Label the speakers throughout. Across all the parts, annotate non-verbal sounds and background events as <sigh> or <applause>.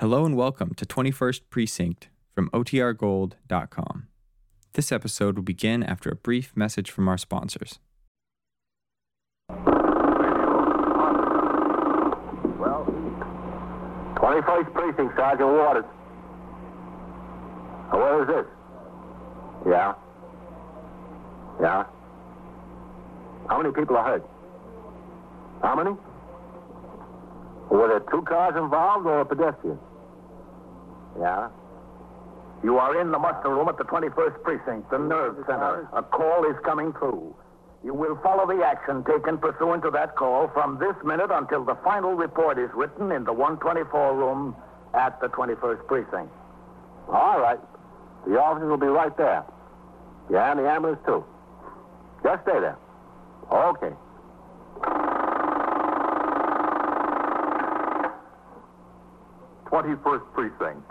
Speaker 1: Hello and welcome to 21st Precinct from OTRGold.com. This episode will begin after a brief message from our sponsors.
Speaker 2: Well, 21st Precinct, Sergeant Waters. Uh, Where is this? Yeah? Yeah? How many people are hurt? How many? Were there two cars involved or a pedestrian? Yeah? You are in the muster room at the 21st Precinct, the nerve center. A call is coming through. You will follow the action taken pursuant to that call from this minute until the final report is written in the 124 room at the 21st Precinct. All right. The officers will be right there. Yeah, and the ambulance, too. Just stay there. Okay.
Speaker 3: Twenty-first precinct,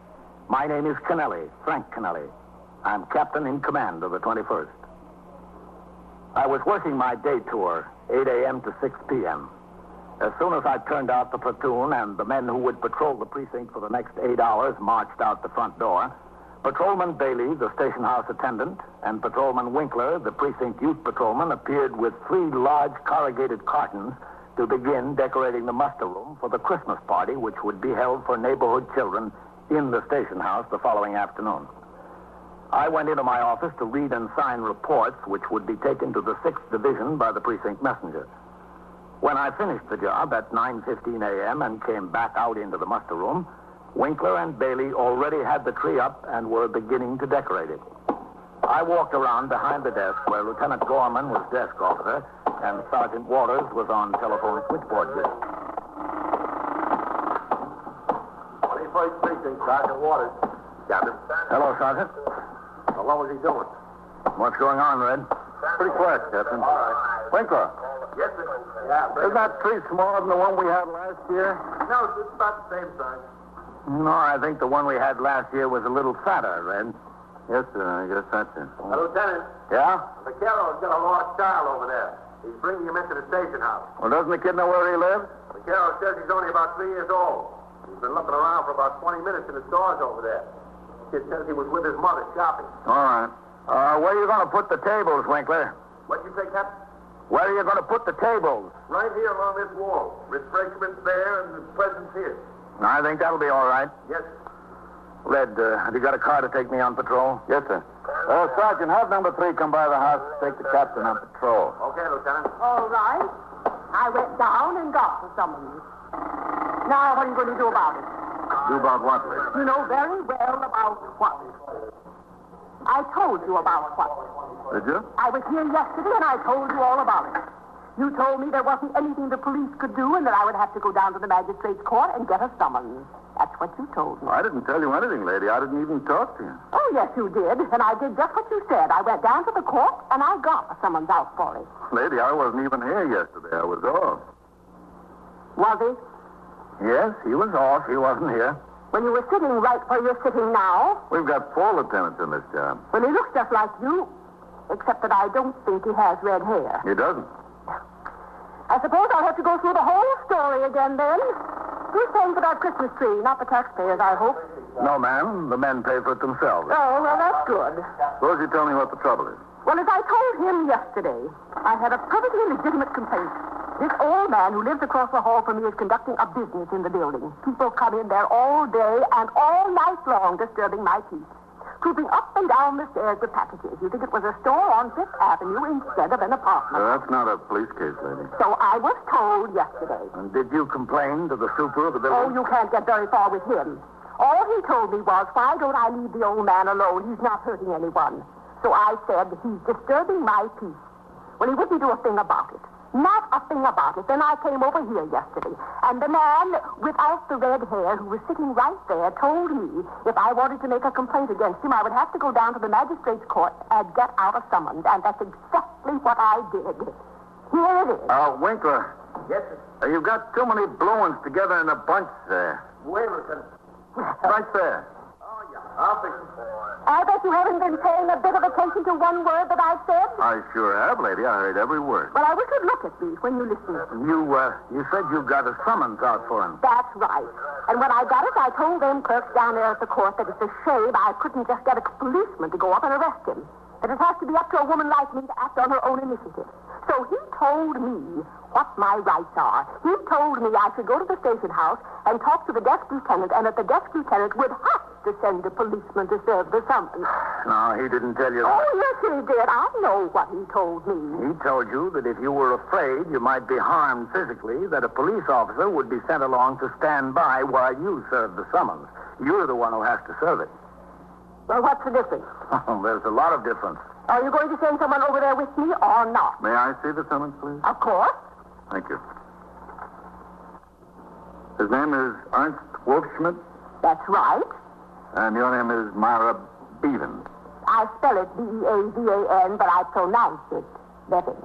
Speaker 2: My name is Kennelly, Frank Kennelly. I'm captain in command of the 21st. I was working my day tour, 8 a.m. to 6 p.m. As soon as I turned out the platoon and the men who would patrol the precinct for the next eight hours marched out the front door, Patrolman Bailey, the station house attendant, and Patrolman Winkler, the precinct youth patrolman, appeared with three large corrugated cartons to begin decorating the muster room for the Christmas party, which would be held for neighborhood children in the station house the following afternoon. I went into my office to read and sign reports, which would be taken to the 6th Division by the precinct messenger. When I finished the job at 9.15 a.m. and came back out into the muster room, Winkler and Bailey already had the tree up and were beginning to decorate it. I walked around behind the desk where Lieutenant Gorman was desk officer and Sergeant Waters was on telephone switchboard desk.
Speaker 4: 21st Precinct, Sergeant Waters. Captain.
Speaker 2: Hello, Sergeant.
Speaker 4: How long was he doing?
Speaker 2: What's going on, Red?
Speaker 4: Pretty quiet, Captain. All right.
Speaker 2: Winkler,
Speaker 4: Yes, sir. Yeah,
Speaker 2: is that tree smaller than the one we had last year?
Speaker 4: No, it's about the same size.
Speaker 2: No, I think the one we had last year was a little fatter, Red.
Speaker 4: Yes, sir. I guess that's it. Lieutenant,
Speaker 2: Yeah?
Speaker 4: Vaquero's got a lost child over there. He's bringing him into the station house.
Speaker 2: Well, doesn't the kid know where he lives?
Speaker 4: Vaquero says he's only about three years old. He's been looking around for about 20 minutes in the stores over there. Kid says he was with his mother shopping.
Speaker 2: All right. Uh, where are you going to put the tables, Winkler?
Speaker 4: What'd you say, Captain?
Speaker 2: Where are you going to put the tables?
Speaker 4: Right here along this wall. Refreshments there and the presents here.
Speaker 2: I think that'll be all right.
Speaker 4: Yes.
Speaker 2: Red, uh, have you got a car to take me on patrol?
Speaker 4: Yes, sir.
Speaker 2: Uh, Sergeant, have number three come by the house to take the captain on patrol.
Speaker 4: Okay, Lieutenant.
Speaker 5: All right. I went down and got the summons. Now, what are you going to do about it?
Speaker 2: Do about what, Red?
Speaker 5: You know very well about what. I told you about what.
Speaker 2: Did you?
Speaker 5: I was here yesterday and I told you all about it. You told me there wasn't anything the police could do and that I would have to go down to the magistrate's court and get a summons. That's what you told me.
Speaker 2: I didn't tell you anything, lady. I didn't even talk to you.
Speaker 5: Oh, yes, you did. And I did just what you said. I went down to the court and I got a summons out for it.
Speaker 2: Lady, I wasn't even here yesterday. I was off.
Speaker 5: Was it?
Speaker 2: Yes, he was off. He wasn't here.
Speaker 5: When you were sitting right where you're sitting now,
Speaker 2: We've got four lieutenants in this job.
Speaker 5: Well, he looks just like you, except that I don't think he has red hair.
Speaker 2: He doesn't.
Speaker 5: I suppose I'll have to go through the whole story again then. Who's paying for that Christmas tree? Not the taxpayers, I hope.
Speaker 2: No, ma'am. The men pay for it themselves.
Speaker 5: Oh, well, that's good.
Speaker 2: Suppose you tell me what the trouble is.
Speaker 5: Well, as I told him yesterday, I had a perfectly legitimate complaint. This old man who lives across the hall from me is conducting a business in the building. People come in there all day and all night long disturbing my peace. Creeping up and down the stairs with packages. You think it was a store on Fifth Avenue instead of an apartment.
Speaker 2: Uh, that's not a police case, lady.
Speaker 5: So I was told yesterday.
Speaker 2: And did you complain to the super of the
Speaker 5: Oh,
Speaker 2: building?
Speaker 5: you can't get very far with him. All he told me was, why don't I leave the old man alone? He's not hurting anyone. So I said, he's disturbing my peace. Well, he wouldn't do a thing about it. Not a thing about it. Then I came over here yesterday, and the man without the red hair who was sitting right there told me if I wanted to make a complaint against him, I would have to go down to the magistrate's court and get out a summons, and that's exactly what I did. Here it is.
Speaker 2: Uh, Winkler,
Speaker 4: Yes,
Speaker 2: uh,
Speaker 4: sir.
Speaker 2: you've got too many blue ones together in a bunch there.
Speaker 4: Waverton.
Speaker 2: <laughs> Right there.
Speaker 4: Oh, yeah. I'll fix it.
Speaker 5: I bet you haven't been paying a bit of attention to one word that I said.
Speaker 2: I sure have, lady. I heard every word.
Speaker 5: Well, I wish you'd look at me when you listen.
Speaker 2: You, uh, you said you got a summons out for him.
Speaker 5: That's right. And when I got it, I told them clerks down there at the court that it's a shame I couldn't just get a policeman to go up and arrest him. That it has to be up to a woman like me to act on her own initiative. So he told me what my rights are. He told me I should go to the station house and talk to the desk lieutenant, and that the desk lieutenant would have to send a policeman to serve the summons.
Speaker 2: No, he didn't tell you
Speaker 5: Oh,
Speaker 2: that.
Speaker 5: yes, he did. I know what he told me.
Speaker 2: He told you that if you were afraid you might be harmed physically, that a police officer would be sent along to stand by while you served the summons. You're the one who has to serve it. <laughs> Oh,
Speaker 5: Well, what's the difference?
Speaker 2: There's a lot of difference.
Speaker 5: Are you going to send someone over there with me or not?
Speaker 2: May I see the summons, please?
Speaker 5: Of course.
Speaker 2: Thank you. His name is Ernst Wolfschmidt,
Speaker 5: That's right.
Speaker 2: and your name is Myra Bevan.
Speaker 5: I spell it E B-E-A-V-A-N, but I pronounce it Bevan.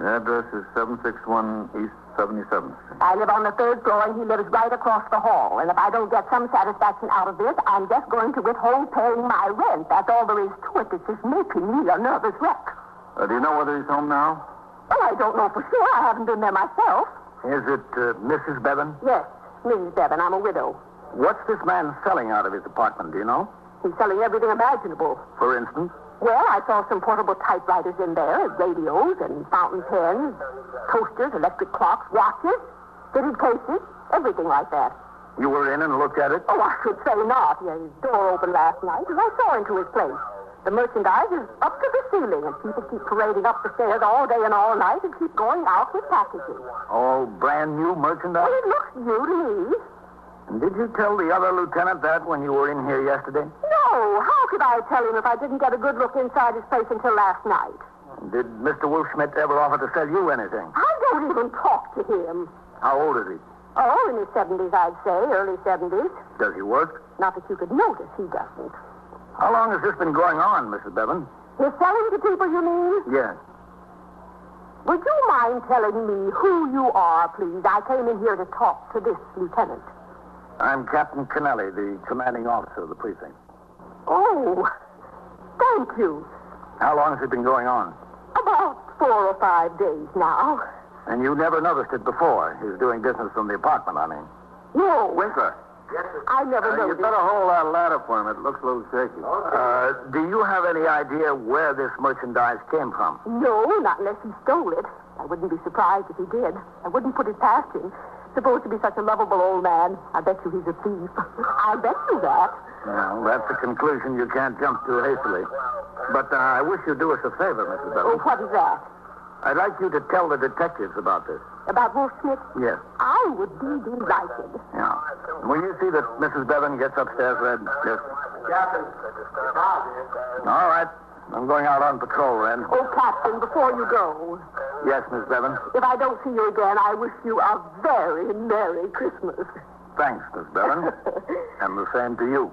Speaker 2: The address is 761 East 77th Street.
Speaker 5: I live on the third floor, and he lives right across the hall. And if I don't get some satisfaction out of this, I'm just going to withhold paying my rent. That's all there is to it. It's just making me a nervous wreck.
Speaker 2: Uh, do you know whether he's home now?
Speaker 5: Oh, I don't know for sure. I haven't been there myself.
Speaker 2: Is it uh, Mrs. Bevan?
Speaker 5: Yes, Mrs. Bevan, I'm a widow.
Speaker 2: What's this man selling out of his apartment, do you know?
Speaker 5: He's selling everything imaginable.
Speaker 2: For instance?
Speaker 5: Well, I saw some portable typewriters in there, and radios and fountain pens, toasters, electric clocks, watches, fitted cases, everything like that.
Speaker 2: You were in and looked at it?
Speaker 5: Oh, I should say not. He had his door open last night, and I saw into his place. The merchandise is up to the ceiling, and people keep parading up the stairs all day and all night and keep going out with packages.
Speaker 2: All brand new merchandise?
Speaker 5: Well, it looks new to me.
Speaker 2: And did you tell the other lieutenant that when you were in here yesterday?
Speaker 5: No, how could I tell him if I didn't get a good look inside his place until last night?
Speaker 2: Did Mr. Wolfschmidt ever offer to sell you anything?
Speaker 5: I don't even talk to him.
Speaker 2: How old is he?
Speaker 5: Oh, in his 70s, I'd say, early 70s.
Speaker 2: Does he work?
Speaker 5: Not that you could notice he doesn't.
Speaker 2: How long has this been going on, Mrs. Bevan?
Speaker 5: He's selling to people, you mean?
Speaker 2: Yes.
Speaker 5: Would you mind telling me who you are, please? I came in here to talk to this lieutenant.
Speaker 2: I'm Captain Kennelly, the commanding officer of the precinct.
Speaker 5: Oh, thank you.
Speaker 2: How long has it been going on?
Speaker 5: About four or five days now.
Speaker 2: And you never noticed it before. He was doing business from the apartment, I mean.
Speaker 5: No,
Speaker 2: Winkler,
Speaker 4: Yes, sir.
Speaker 5: I never
Speaker 2: you
Speaker 5: noticed.
Speaker 2: better hold that ladder for him. It looks a little shaky. Uh, do you have any idea where this merchandise came from?
Speaker 5: No, not unless he stole it. I wouldn't be surprised if he did. I wouldn't put it past him. Supposed to be such a lovable old man. I bet you he's a thief. I bet you that.
Speaker 2: Well, that's a conclusion you can't jump to hastily. But uh, I wish you'd do us a favor, Mrs.
Speaker 5: Oh,
Speaker 2: Bevan.
Speaker 5: what is that?
Speaker 2: I'd like you to tell the detectives about this.
Speaker 5: About Wolf Smith?
Speaker 2: Yes.
Speaker 5: I would be delighted.
Speaker 2: Yeah. Will you see that Mrs. Bevan gets upstairs, Red? Yes.
Speaker 4: Captain. It's out here.
Speaker 2: All right. I'm going out on patrol, Red.
Speaker 5: Oh, Captain, before you go,
Speaker 2: Yes, Miss Bevan.
Speaker 5: if I don't see you again, I wish you a very Merry Christmas. <laughs>
Speaker 2: Thanks, Miss Bevan. and the same to you.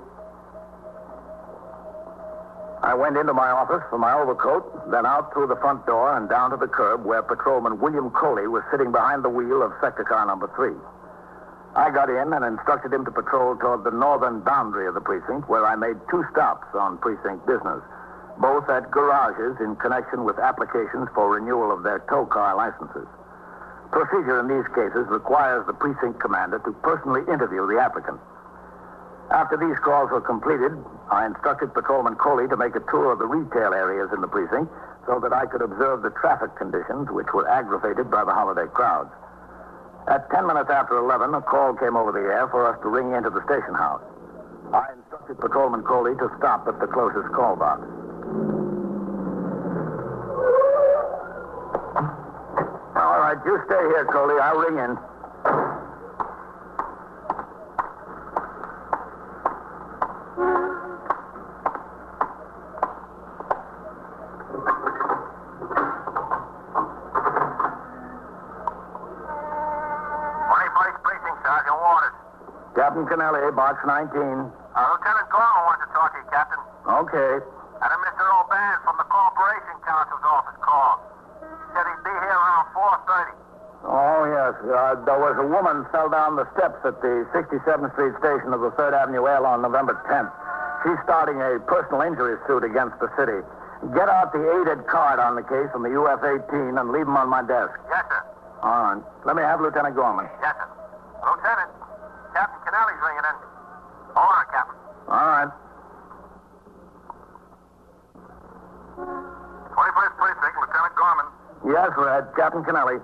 Speaker 2: I went into my office for my overcoat, then out through the front door and down to the curb where Patrolman William Coley was sitting behind the wheel of sector car number three. I got in and instructed him to patrol toward the northern boundary of the precinct, where I made two stops on precinct business, both at garages in connection with applications for renewal of their tow car licenses. Procedure in these cases requires the precinct commander to personally interview the applicant. After these calls were completed, I instructed Patrolman Coley to make a tour of the retail areas in the precinct so that I could observe the traffic conditions which were aggravated by the holiday crowds. At 10 minutes after 11, a call came over the air for us to ring into the station house. I instructed Patrolman Coley to stop at the closest call box. All right, you stay here, Coley. I'll ring in. Canelli, box 19.
Speaker 4: Uh, Lieutenant Gorman wants to talk to you, Captain.
Speaker 2: Okay.
Speaker 4: And then Mr. O'Ban from the Corporation Counsel's office called. He said he'd be here around 4.30.
Speaker 2: Oh, yes. Uh, there was a woman fell down the steps at the 67th Street station of the 3rd Avenue L on November 10th. She's starting a personal injury suit against the city. Get out the aided card on the case from the UF 18 and leave them on my desk.
Speaker 4: Yes, sir.
Speaker 2: All right. Let me have Lieutenant Gorman.
Speaker 4: Yes, sir. Lieutenant, Captain Canelli's ringing in. Hold on, Captain.
Speaker 2: All right.
Speaker 4: 21st Precinct, Lieutenant Gorman.
Speaker 2: Yes, Red. Captain Kennelly.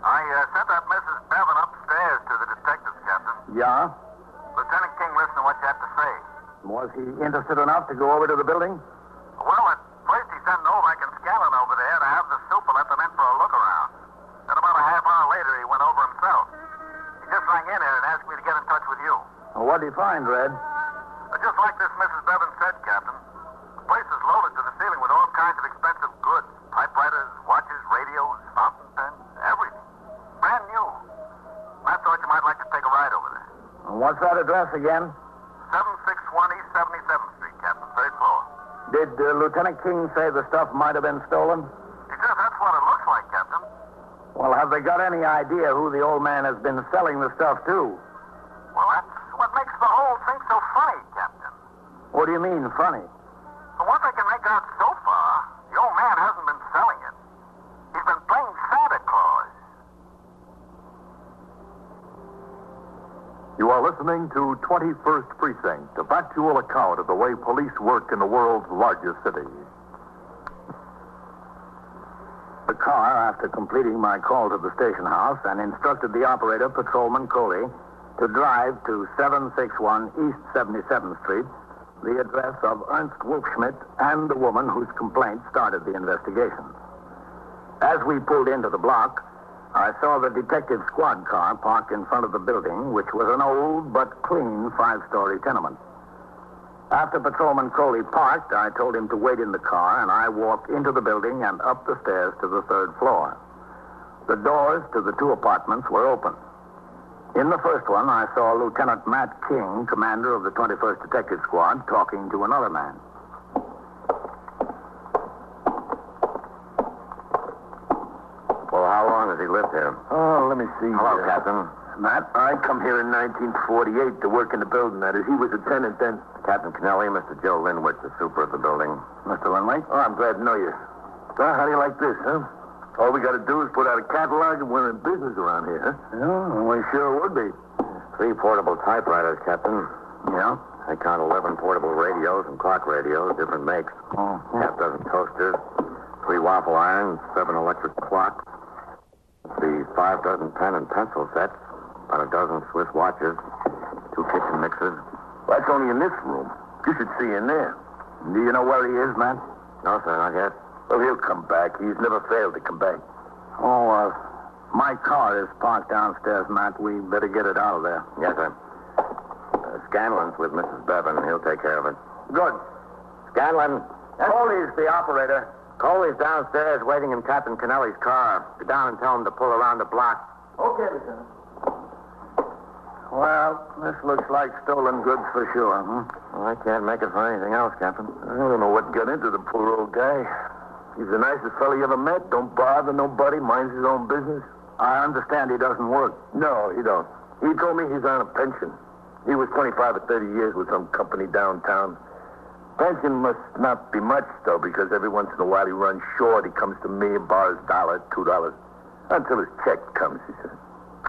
Speaker 4: I uh, sent that Mrs. Bevan upstairs to the detectives, Captain.
Speaker 2: Yeah?
Speaker 4: Lieutenant King listened to what you had to say.
Speaker 2: Was he interested enough to go over to the building?
Speaker 4: Well, at first he sent Novak and Scanlon over there to have the soup and let them in for a look around. Then about a half hour later, he went over himself. He just rang in here and asked me to get in touch with you.
Speaker 2: Well, What did he find, Red?
Speaker 4: But just like this Mrs. Bevan said, Captain, the place is loaded to the ceiling with all kinds of expensive goods. Typewriters, watches, radios, fountain pens, everything. Brand new. I thought you might like to take a ride over there.
Speaker 2: What's that address again?
Speaker 4: 761 East 77th Street, Captain, third floor.
Speaker 2: Did uh, Lieutenant King say the stuff might have been stolen?
Speaker 4: He says that's what it looks like, Captain.
Speaker 2: Well, have they got any idea who the old man has been selling the stuff to?
Speaker 4: Well, that's what makes the whole thing so funny, Captain.
Speaker 2: What do you mean, funny?
Speaker 4: From what I can make out so far, the old man hasn't been selling it. He's been playing Santa Claus.
Speaker 3: You are listening to 21st Precinct, a factual account of the way police work in the world's largest city.
Speaker 2: The car, after completing my call to the station house and instructed the operator, Patrolman Coley, to drive to 761 East 77th Street, the address of Ernst Wolfschmidt and the woman whose complaint started the investigation. As we pulled into the block, I saw the detective squad car parked in front of the building, which was an old but clean five-story tenement. After Patrolman Coley parked, I told him to wait in the car, and I walked into the building and up the stairs to the third floor. The doors to the two apartments were open. In the first one, I saw Lieutenant Matt King, commander of the 21st Detective Squad, talking to another man.
Speaker 6: Well, how long has he lived here?
Speaker 2: Oh, let me see.
Speaker 6: Hello, Captain.
Speaker 2: Matt, I come here in 1948 to work in the building. That is, he was a tenant then.
Speaker 6: Captain Kennelly, Mr. Joe Linwich, the super of the building.
Speaker 2: Mr. Linley?
Speaker 6: Oh, I'm glad to know you. Well, how do you like this, huh? All we got to do is put out a catalog and we're in business around here, huh?
Speaker 2: Yeah, we sure would be.
Speaker 6: Three portable typewriters, Captain.
Speaker 2: Yeah?
Speaker 6: I count 11 portable radios and clock radios, different makes.
Speaker 2: Oh,
Speaker 6: Half dozen toasters, three waffle irons, seven electric clocks, the five dozen pen and pencil sets, about a dozen Swiss watches, two kitchen mixers.
Speaker 2: That's only in this room. You should see in there. Do you know where he is, Matt?
Speaker 6: No, sir, not yet.
Speaker 2: Well, he'll come back. He's never failed to come back. Oh, uh, my car is parked downstairs, Matt. We better get it out of there.
Speaker 6: Yes, sir. Uh, Scanlon's with Mrs. Bevan. He'll take care of it.
Speaker 2: Good.
Speaker 6: Scanlon,
Speaker 2: Coley's the operator.
Speaker 6: Coley's downstairs waiting in Captain Kennelly's car. Go down and tell him to pull around the block.
Speaker 4: Okay, Lieutenant.
Speaker 2: Well, this looks like stolen goods for sure. Hmm?
Speaker 6: Well, I can't make it for anything else, Captain.
Speaker 2: I don't know what got into the poor old guy. He's the nicest fellow you ever met. Don't bother nobody. Minds his own business. I understand he doesn't work. No, he don't. He told me he's on a pension. He was 25 or 30 years with some company downtown. Pension must not be much, though, because every once in a while he runs short. He comes to me and borrows dollar, two dollars, until his check comes, he says.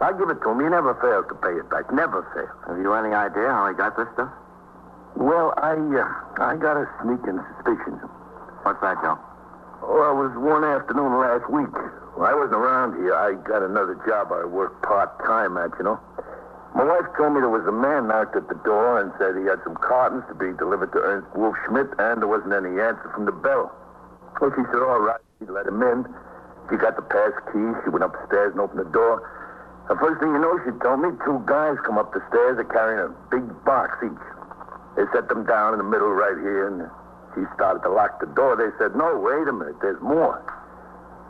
Speaker 2: I give it to him. He never fails to pay it back. Never fails.
Speaker 6: Have you any idea how he got this stuff?
Speaker 2: Well, I, uh, I got a sneaking suspicion.
Speaker 6: What's that, Joe?
Speaker 2: Oh, I was one afternoon last week. Well, I wasn't around here. I got another job I worked part time at, you know. My wife told me there was a man knocked at the door and said he had some cartons to be delivered to Ernst Wolf Schmidt, and there wasn't any answer from the bell. Well, she said, all right, she let him in. She got the pass key. She went upstairs and opened the door. The first thing you know, she told me two guys come up the stairs. They're carrying a big box each. They set them down in the middle right here, and she started to lock the door. They said, no, wait a minute, there's more.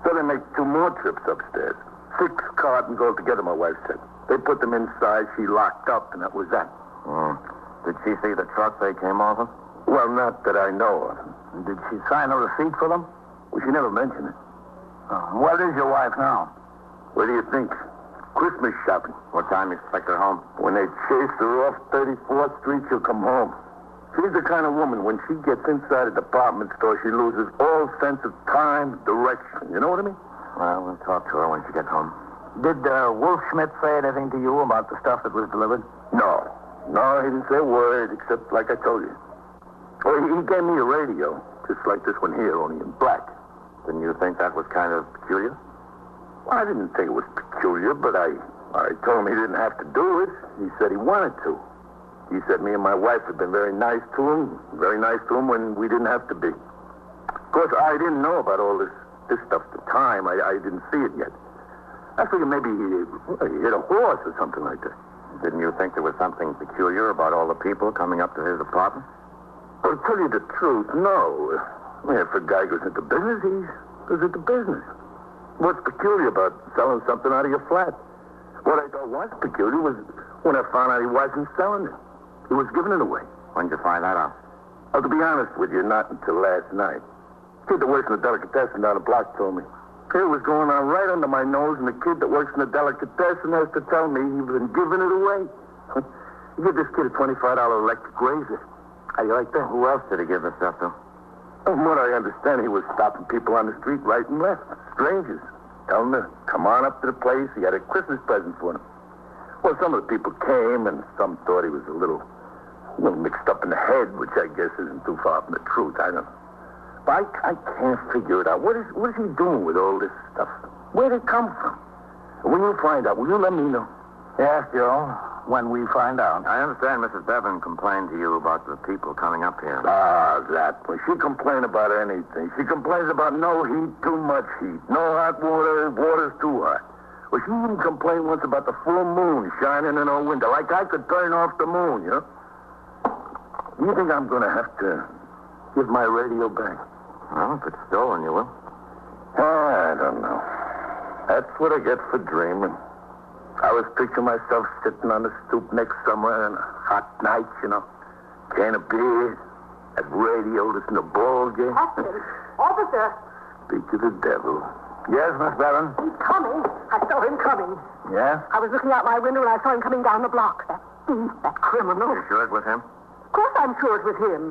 Speaker 2: So they make two more trips upstairs. Six cartons altogether, my wife said. They put them inside, she locked up, and that was that.
Speaker 6: Hmm. Did she see the truck they came off of?
Speaker 2: Well, not that I know of. Did she sign a receipt for them? Well, she never mentioned it. Oh, where is your wife now?
Speaker 6: What do you think? Christmas shopping. What time you expect her home?
Speaker 2: When they chase her off 34th Street, she'll come home. She's the kind of woman, when she gets inside a department store, she loses all sense of time, direction. You know what I mean?
Speaker 6: Well, we'll talk to her when she gets home.
Speaker 7: Did uh, Wolf Schmidt say anything to you about the stuff that was delivered?
Speaker 2: No. No, he didn't say a word, except like I told you. Well, he he gave me a radio, just like this one here, only in black.
Speaker 6: Didn't you think that was kind of peculiar?
Speaker 2: Well, I didn't think it was peculiar, but I, I told him he didn't have to do it. He said he wanted to. He said me and my wife had been very nice to him, very nice to him when we didn't have to be. Of course, I didn't know about all this, this stuff at the time. I, I didn't see it yet. I figured maybe he, well, he hit a horse or something like that.
Speaker 6: Didn't you think there was something peculiar about all the people coming up to his apartment?
Speaker 2: Well, to tell you the truth, no. I mean, if a guy goes into business, he's goes into business. What's peculiar about selling something out of your flat? What I thought was peculiar was when I found out he wasn't selling it. He was giving it away.
Speaker 6: When'd you find that out?
Speaker 2: Well, to be honest with you, not until last night. Kid that works in the delicatessen down the block told me. It was going on right under my nose, and the kid that works in the delicatessen has to tell me he's been giving it away. <laughs> you give this kid a $25 electric razor. How you like that?
Speaker 6: Who else did he give this stuff to?
Speaker 2: From what I understand, he was stopping people on the street right and left, strangers. Telling them to come on up to the place. He had a Christmas present for them. Well, some of the people came, and some thought he was a little, a little mixed up in the head, which I guess isn't too far from the truth. I don't. But I, I can't figure it out. What is what is he doing with all this stuff? Where did it come from? When you find out, will you let me know?
Speaker 7: Yes, Joe. When we find out.
Speaker 6: I understand Mrs. Bevan complained to you about the people coming up here.
Speaker 2: Ah, that one. She complained about anything. She complains about no heat, too much heat. No hot water, water's too hot. Well, she even complained once about the full moon shining in her window, like I could turn off the moon, you know? Do you think I'm going to have to give my radio back?
Speaker 6: Well, if it's stolen, you will.
Speaker 2: Ah, I don't know. That's what I get for dreaming. I was picturing myself sitting on the stoop next summer on a hot night, you know. Can of beer, that radio, listen to ball game.
Speaker 5: Captain, officer,
Speaker 2: Speak to the devil. Yes, Miss Barron?
Speaker 5: he's coming. I saw him coming.
Speaker 2: Yeah?
Speaker 5: I was looking out my window and I saw him coming down the block. That thief, that criminal.
Speaker 6: You sure it was him?
Speaker 5: Of course I'm sure it was him.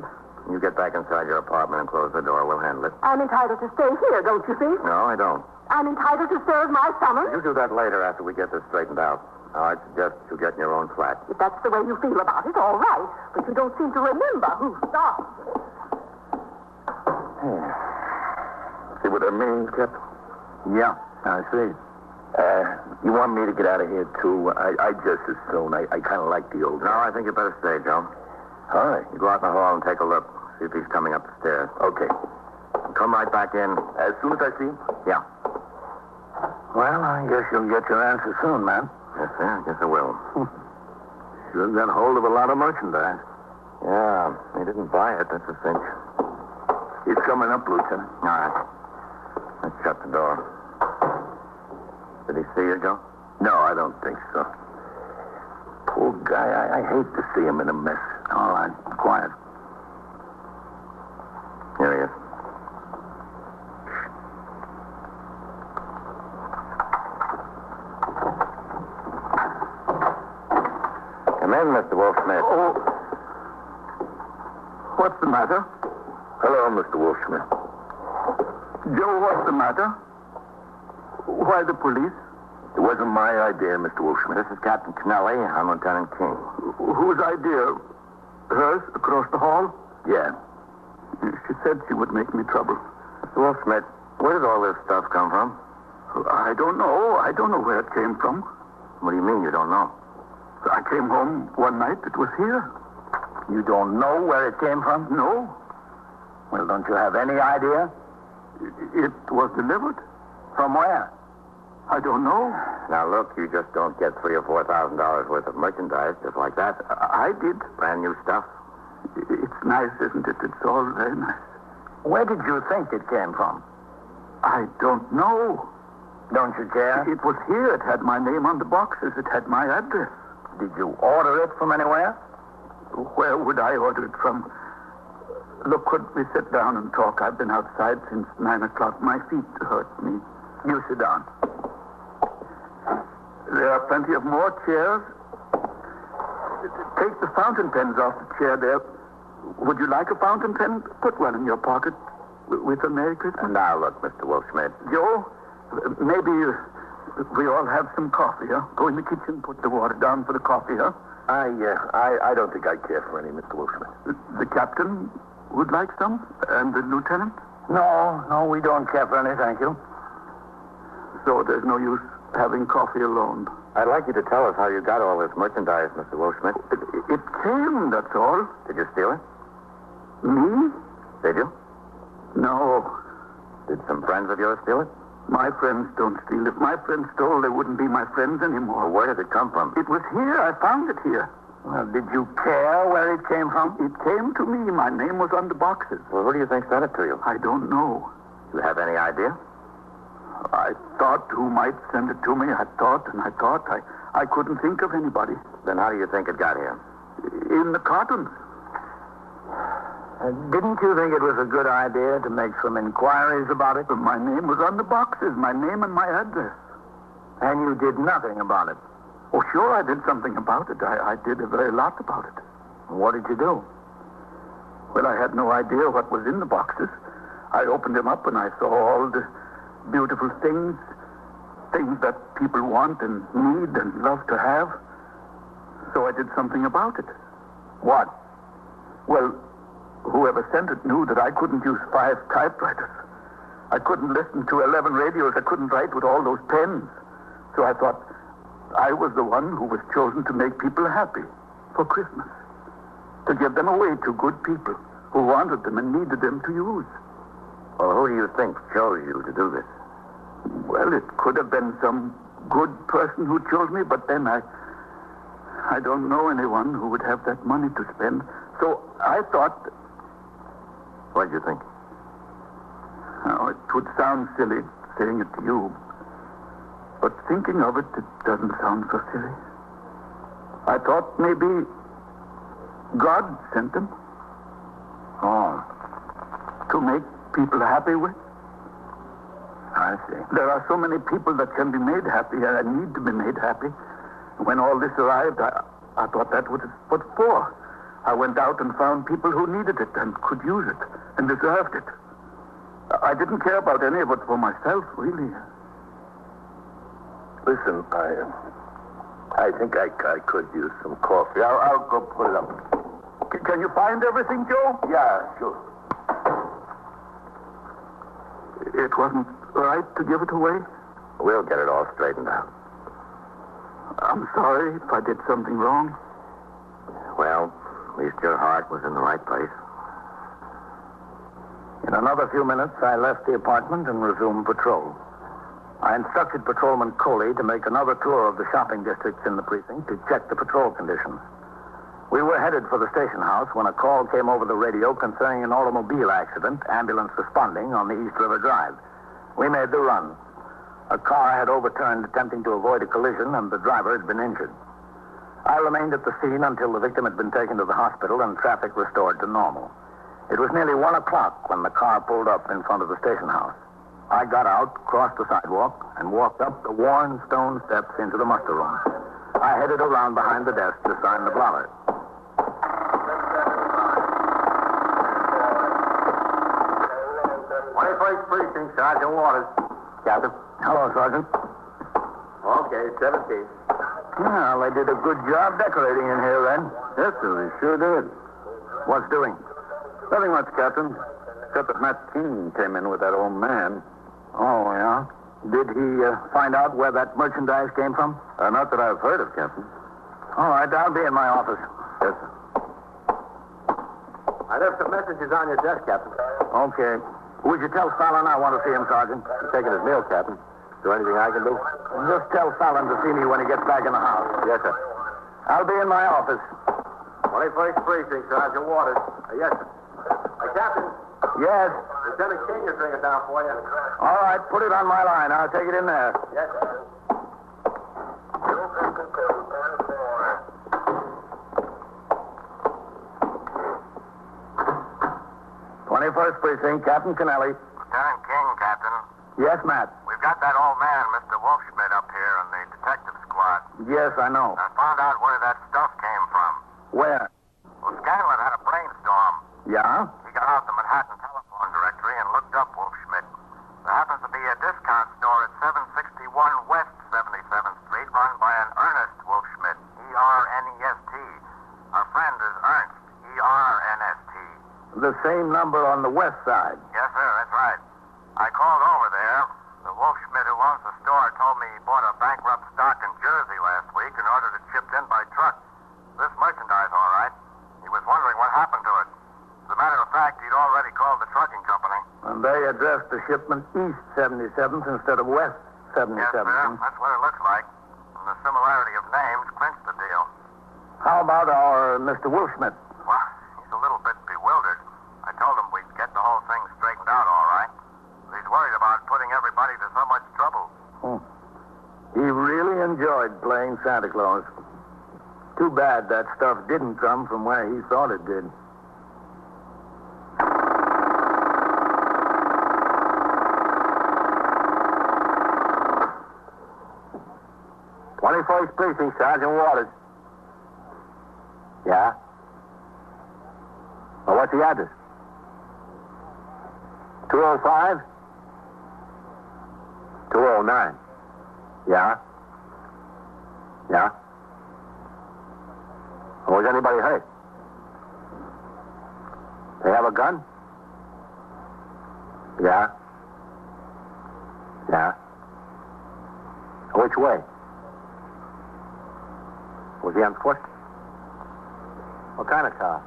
Speaker 6: You get back inside your apartment and close the door. We'll handle it.
Speaker 5: I'm entitled to stay here, don't you think?
Speaker 6: No, I don't.
Speaker 5: I'm entitled to serve my summons.
Speaker 6: You do that later after we get this straightened out. I suggest you get in your own flat.
Speaker 5: If that's the way you feel about it, all right. But you don't seem to remember who started.
Speaker 6: See what I mean, Captain?
Speaker 2: Yeah, I see. Uh, you want me to get out of here, too? I, I just as soon. I, I kind of like the old
Speaker 6: No, I think you better stay, Joe.
Speaker 2: All right.
Speaker 6: You go out in the hall and take a look. See if he's coming up the stairs.
Speaker 2: Okay.
Speaker 6: Come right back in.
Speaker 2: As soon as I see him?
Speaker 6: Yeah.
Speaker 2: Well, I guess you'll get your answer soon, man.
Speaker 6: Yes, sir. I guess I <laughs> will.
Speaker 2: You've got hold of a lot of merchandise.
Speaker 6: Yeah, he didn't buy it. That's a cinch.
Speaker 2: He's coming up, Lieutenant.
Speaker 6: All right. Let's shut the door. Did he see you, Joe?
Speaker 2: No, I don't think so. Poor guy. I, I hate to see him in a mess. All right, quiet.
Speaker 6: Here he is. Come in, Mr. Wolfsmith.
Speaker 2: Oh. What's the matter? Hello, Mr. Wolfsmith. Joe, what's
Speaker 4: um,
Speaker 2: the matter? Why the police? It wasn't my idea, Mr. Wolfsmith.
Speaker 6: This is Captain Kennelly. I'm Lieutenant King.
Speaker 2: Whose idea? Hers, across the hall? Yeah. She said she would make me trouble.
Speaker 6: Mr. Wolfsmith, where did all this stuff come from?
Speaker 2: I don't know. I don't know where it came from.
Speaker 6: What do you mean you don't know?
Speaker 2: I came home one night. It was here. You don't know where it came from? No. Well, don't you have any idea? It was delivered. From where? I don't know.
Speaker 6: Now look, you just don't get three or four thousand dollars worth of merchandise just like that.
Speaker 2: I did.
Speaker 6: Brand new stuff.
Speaker 2: It's nice, isn't it? It's all very nice. Where did you think it came from? I don't know. Don't you care? It was here. It had my name on the boxes. It had my address. Did you order it from anywhere? Where would I order it from? Look, could we sit down and talk? I've been outside since nine o'clock. My feet hurt me. You sit down. There are plenty of more chairs. Take the fountain pens off the chair there. Would you like a fountain pen? Put one in your pocket w- with a Merry Christmas.
Speaker 8: Now, look, Mr. Wolfschmidt.
Speaker 2: Joe, maybe uh, we all have some coffee, huh? Go in the kitchen, put the water down for the coffee, huh?
Speaker 8: I, uh, I, I don't think I care for any, Mr. Wolfschmidt.
Speaker 2: The captain would like some, and the lieutenant.
Speaker 4: No, no, we don't care for any, thank you.
Speaker 2: So there's no use having coffee alone.
Speaker 8: I'd like you to tell us how you got all this merchandise, Mr. Wolfschmidt.
Speaker 2: It, it came, that's all.
Speaker 8: Did you steal it?
Speaker 2: Me?
Speaker 8: Did you?
Speaker 2: Hmm? No.
Speaker 8: Did some friends of yours steal it?
Speaker 2: My friends don't steal. If my friends stole, they wouldn't be my friends anymore.
Speaker 8: Well, where did it come from?
Speaker 2: It was here. I found it here.
Speaker 4: Well, did you care where it came from?
Speaker 2: It came to me. My name was on the boxes.
Speaker 8: Well, who do you think sent it to you?
Speaker 2: I don't know.
Speaker 8: You have any idea?
Speaker 2: I thought who might send it to me. I thought and I thought. I, I couldn't think of anybody.
Speaker 8: Then how do you think it got here?
Speaker 2: In the cartons.
Speaker 4: And Uh, didn't you think it was a good idea to make some inquiries about it?
Speaker 2: My name was on the boxes. My name and my address.
Speaker 4: And you did nothing about it.
Speaker 2: Oh, sure, I did something about it. I, I did a very lot about it.
Speaker 4: What did you do?
Speaker 2: Well, I had no idea what was in the boxes. I opened them up and I saw all the beautiful things, things that people want and need and love to have. So I did something about it.
Speaker 4: What?
Speaker 2: Well, whoever sent it knew that I couldn't use five typewriters. I couldn't listen to 11 radios. I couldn't write with all those pens. So I thought I was the one who was chosen to make people happy for Christmas, to give them away to good people who wanted them and needed them to use.
Speaker 8: Well, who do you think chose you to do this?
Speaker 2: Well, it could have been some good person who chose me, but then I. I don't know anyone who would have that money to spend. So I thought,
Speaker 8: What do you think?
Speaker 2: oh, it would sound silly saying it to you, but thinking of it, it doesn't sound so silly. I thought maybe God sent them.
Speaker 4: Oh,
Speaker 2: to make people happy with.
Speaker 4: I see.
Speaker 2: There are so many people that can be made happy and need to be made happy. When all this arrived, I, I thought that was what for. I went out and found people who needed it and could use it and deserved it. I- I didn't care about any of it for myself, really.
Speaker 8: Listen, I, I think I, I could use some coffee. I'll, I'll go put it up.
Speaker 2: C- can you find everything, Joe?
Speaker 8: Yeah, sure.
Speaker 2: It wasn't right to give it away.
Speaker 8: We'll get it all straightened out.
Speaker 2: I'm sorry if I did something wrong.
Speaker 8: Well, at least your heart was in the right place.
Speaker 4: In another few minutes, I left the apartment and resumed patrol. I instructed Patrolman Coley to make another tour of the shopping districts in the precinct to check the patrol conditions. We were headed for the station house when a call came over the radio concerning an automobile accident, ambulance responding on the East River Drive. We made the run. A car had overturned attempting to avoid a collision, and the driver had been injured. I remained at the scene until the victim had been taken to the hospital and traffic restored to normal. It was nearly one o'clock when the car pulled up in front of the station house. I got out, crossed the sidewalk, and walked up the worn stone steps into the muster room. I headed around behind the desk to sign the blotter.
Speaker 8: Twenty-first precinct, Sergeant Waters.
Speaker 4: Captain. Hello, Sergeant.
Speaker 8: Okay, seventeen.
Speaker 4: Well, they did a good job decorating in here, then.
Speaker 2: Yes, sir, they sure did.
Speaker 4: What's doing?
Speaker 2: Nothing much, Captain. Except that Matt Keene came in with that old man.
Speaker 4: Oh, yeah. Did he uh, find out where that merchandise came from?
Speaker 8: Uh, not that I've heard of, Captain.
Speaker 4: All right, I'll be in my office.
Speaker 8: Yes, sir. I left some messages on your desk, Captain.
Speaker 4: Okay. Would you tell Fallon I want to see him, Sergeant?
Speaker 8: Taking his meal, Captain. Is there anything I can do?
Speaker 4: Just tell Fallon to see me when he gets back in the house.
Speaker 8: Yes, sir.
Speaker 4: I'll be in my office.
Speaker 8: 21st precinct, Sergeant Waters. Uh, yes, sir. Uh, Captain,
Speaker 4: Yes.
Speaker 8: Lieutenant King is ringing down for you.
Speaker 4: All right, put it on my line. I'll take it in there.
Speaker 8: Yes, sir.
Speaker 2: 21st Precinct, Captain Kennelly.
Speaker 4: Lieutenant King, Captain.
Speaker 2: Yes, Matt.
Speaker 4: We've got that old man, Mr. Wolfschmidt, up here in the detective squad.
Speaker 2: Yes, I know.
Speaker 4: I found out where that stuff came from.
Speaker 2: Where?
Speaker 4: Well, Scanlon had a brainstorm.
Speaker 2: Yeah?
Speaker 4: He got out the Manhattan telephone directory and looked up Wolfschmidt. There happens to be a discount store at 761 West 77th Street run by an Ernest E Wolfschmidt, E-R-N-E-S-T. Our friend is Ernst, E E-R-N-S-T.
Speaker 2: The same number on the west side.
Speaker 4: Yes, sir, that's right. I called over there. The Wolfschmidt who owns the store told me he bought a bankrupt stock in Jersey last week and ordered it shipped in by truck. This merchandise, all right. He was wondering what happened to it. As a matter of fact, he'd already called the trucking company.
Speaker 2: And they addressed the shipment east 77th instead of west
Speaker 4: Yes, sir.
Speaker 2: 77th.
Speaker 4: That's what it looks like. And the similarity of names clinched the deal.
Speaker 2: How about our Mr. Wolfschmidt?
Speaker 4: Well, he's a little bit bewildered. I told him we'd get the whole thing straightened out all right. But he's worried about putting everybody to so much trouble.
Speaker 2: Hmm. He really enjoyed playing Santa Claus. Too bad that stuff didn't come from where he thought it did.
Speaker 7: Twenty-first precinct, Sergeant Waters.
Speaker 2: Yeah?
Speaker 7: Well, what's the address? 205?
Speaker 6: 209.
Speaker 7: Yeah. Yeah. Was anybody hurt? They have a gun? Yeah. Yeah. Which way? Was he on foot? What kind of car?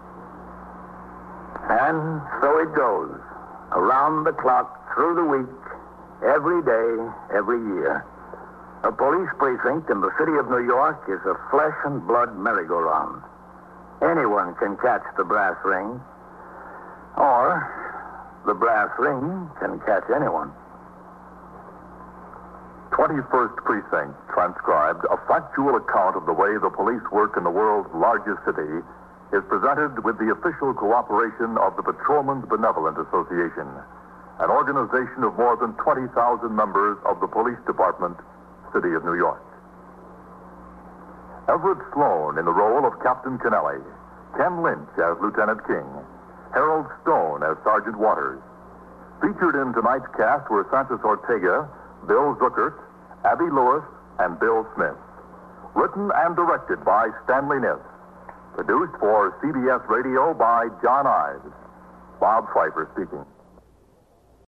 Speaker 2: And so it goes. Around the clock, through the week, every day, every year. A police precinct in the city of New York is a flesh and blood merry-go-round. Anyone can catch the brass ring, or the brass ring can catch anyone.
Speaker 3: 21st Precinct transcribed a factual account of the way the police work in the world's largest city is presented with the official cooperation of the Patrolmen's Benevolent Association, an organization of more than 20,000 members of the Police Department, City of New York. Everett Sloan in the role of Captain Kennelly, Ken Lynch as Lieutenant King, Harold Stone as Sergeant Waters, Featured in tonight's cast were Francis Ortega, Bill Zuckert, Abby Lewis, and Bill Smith. Written and directed by Stanley Niss. Produced for CBS Radio by John Ives. Bob Pfeiffer speaking.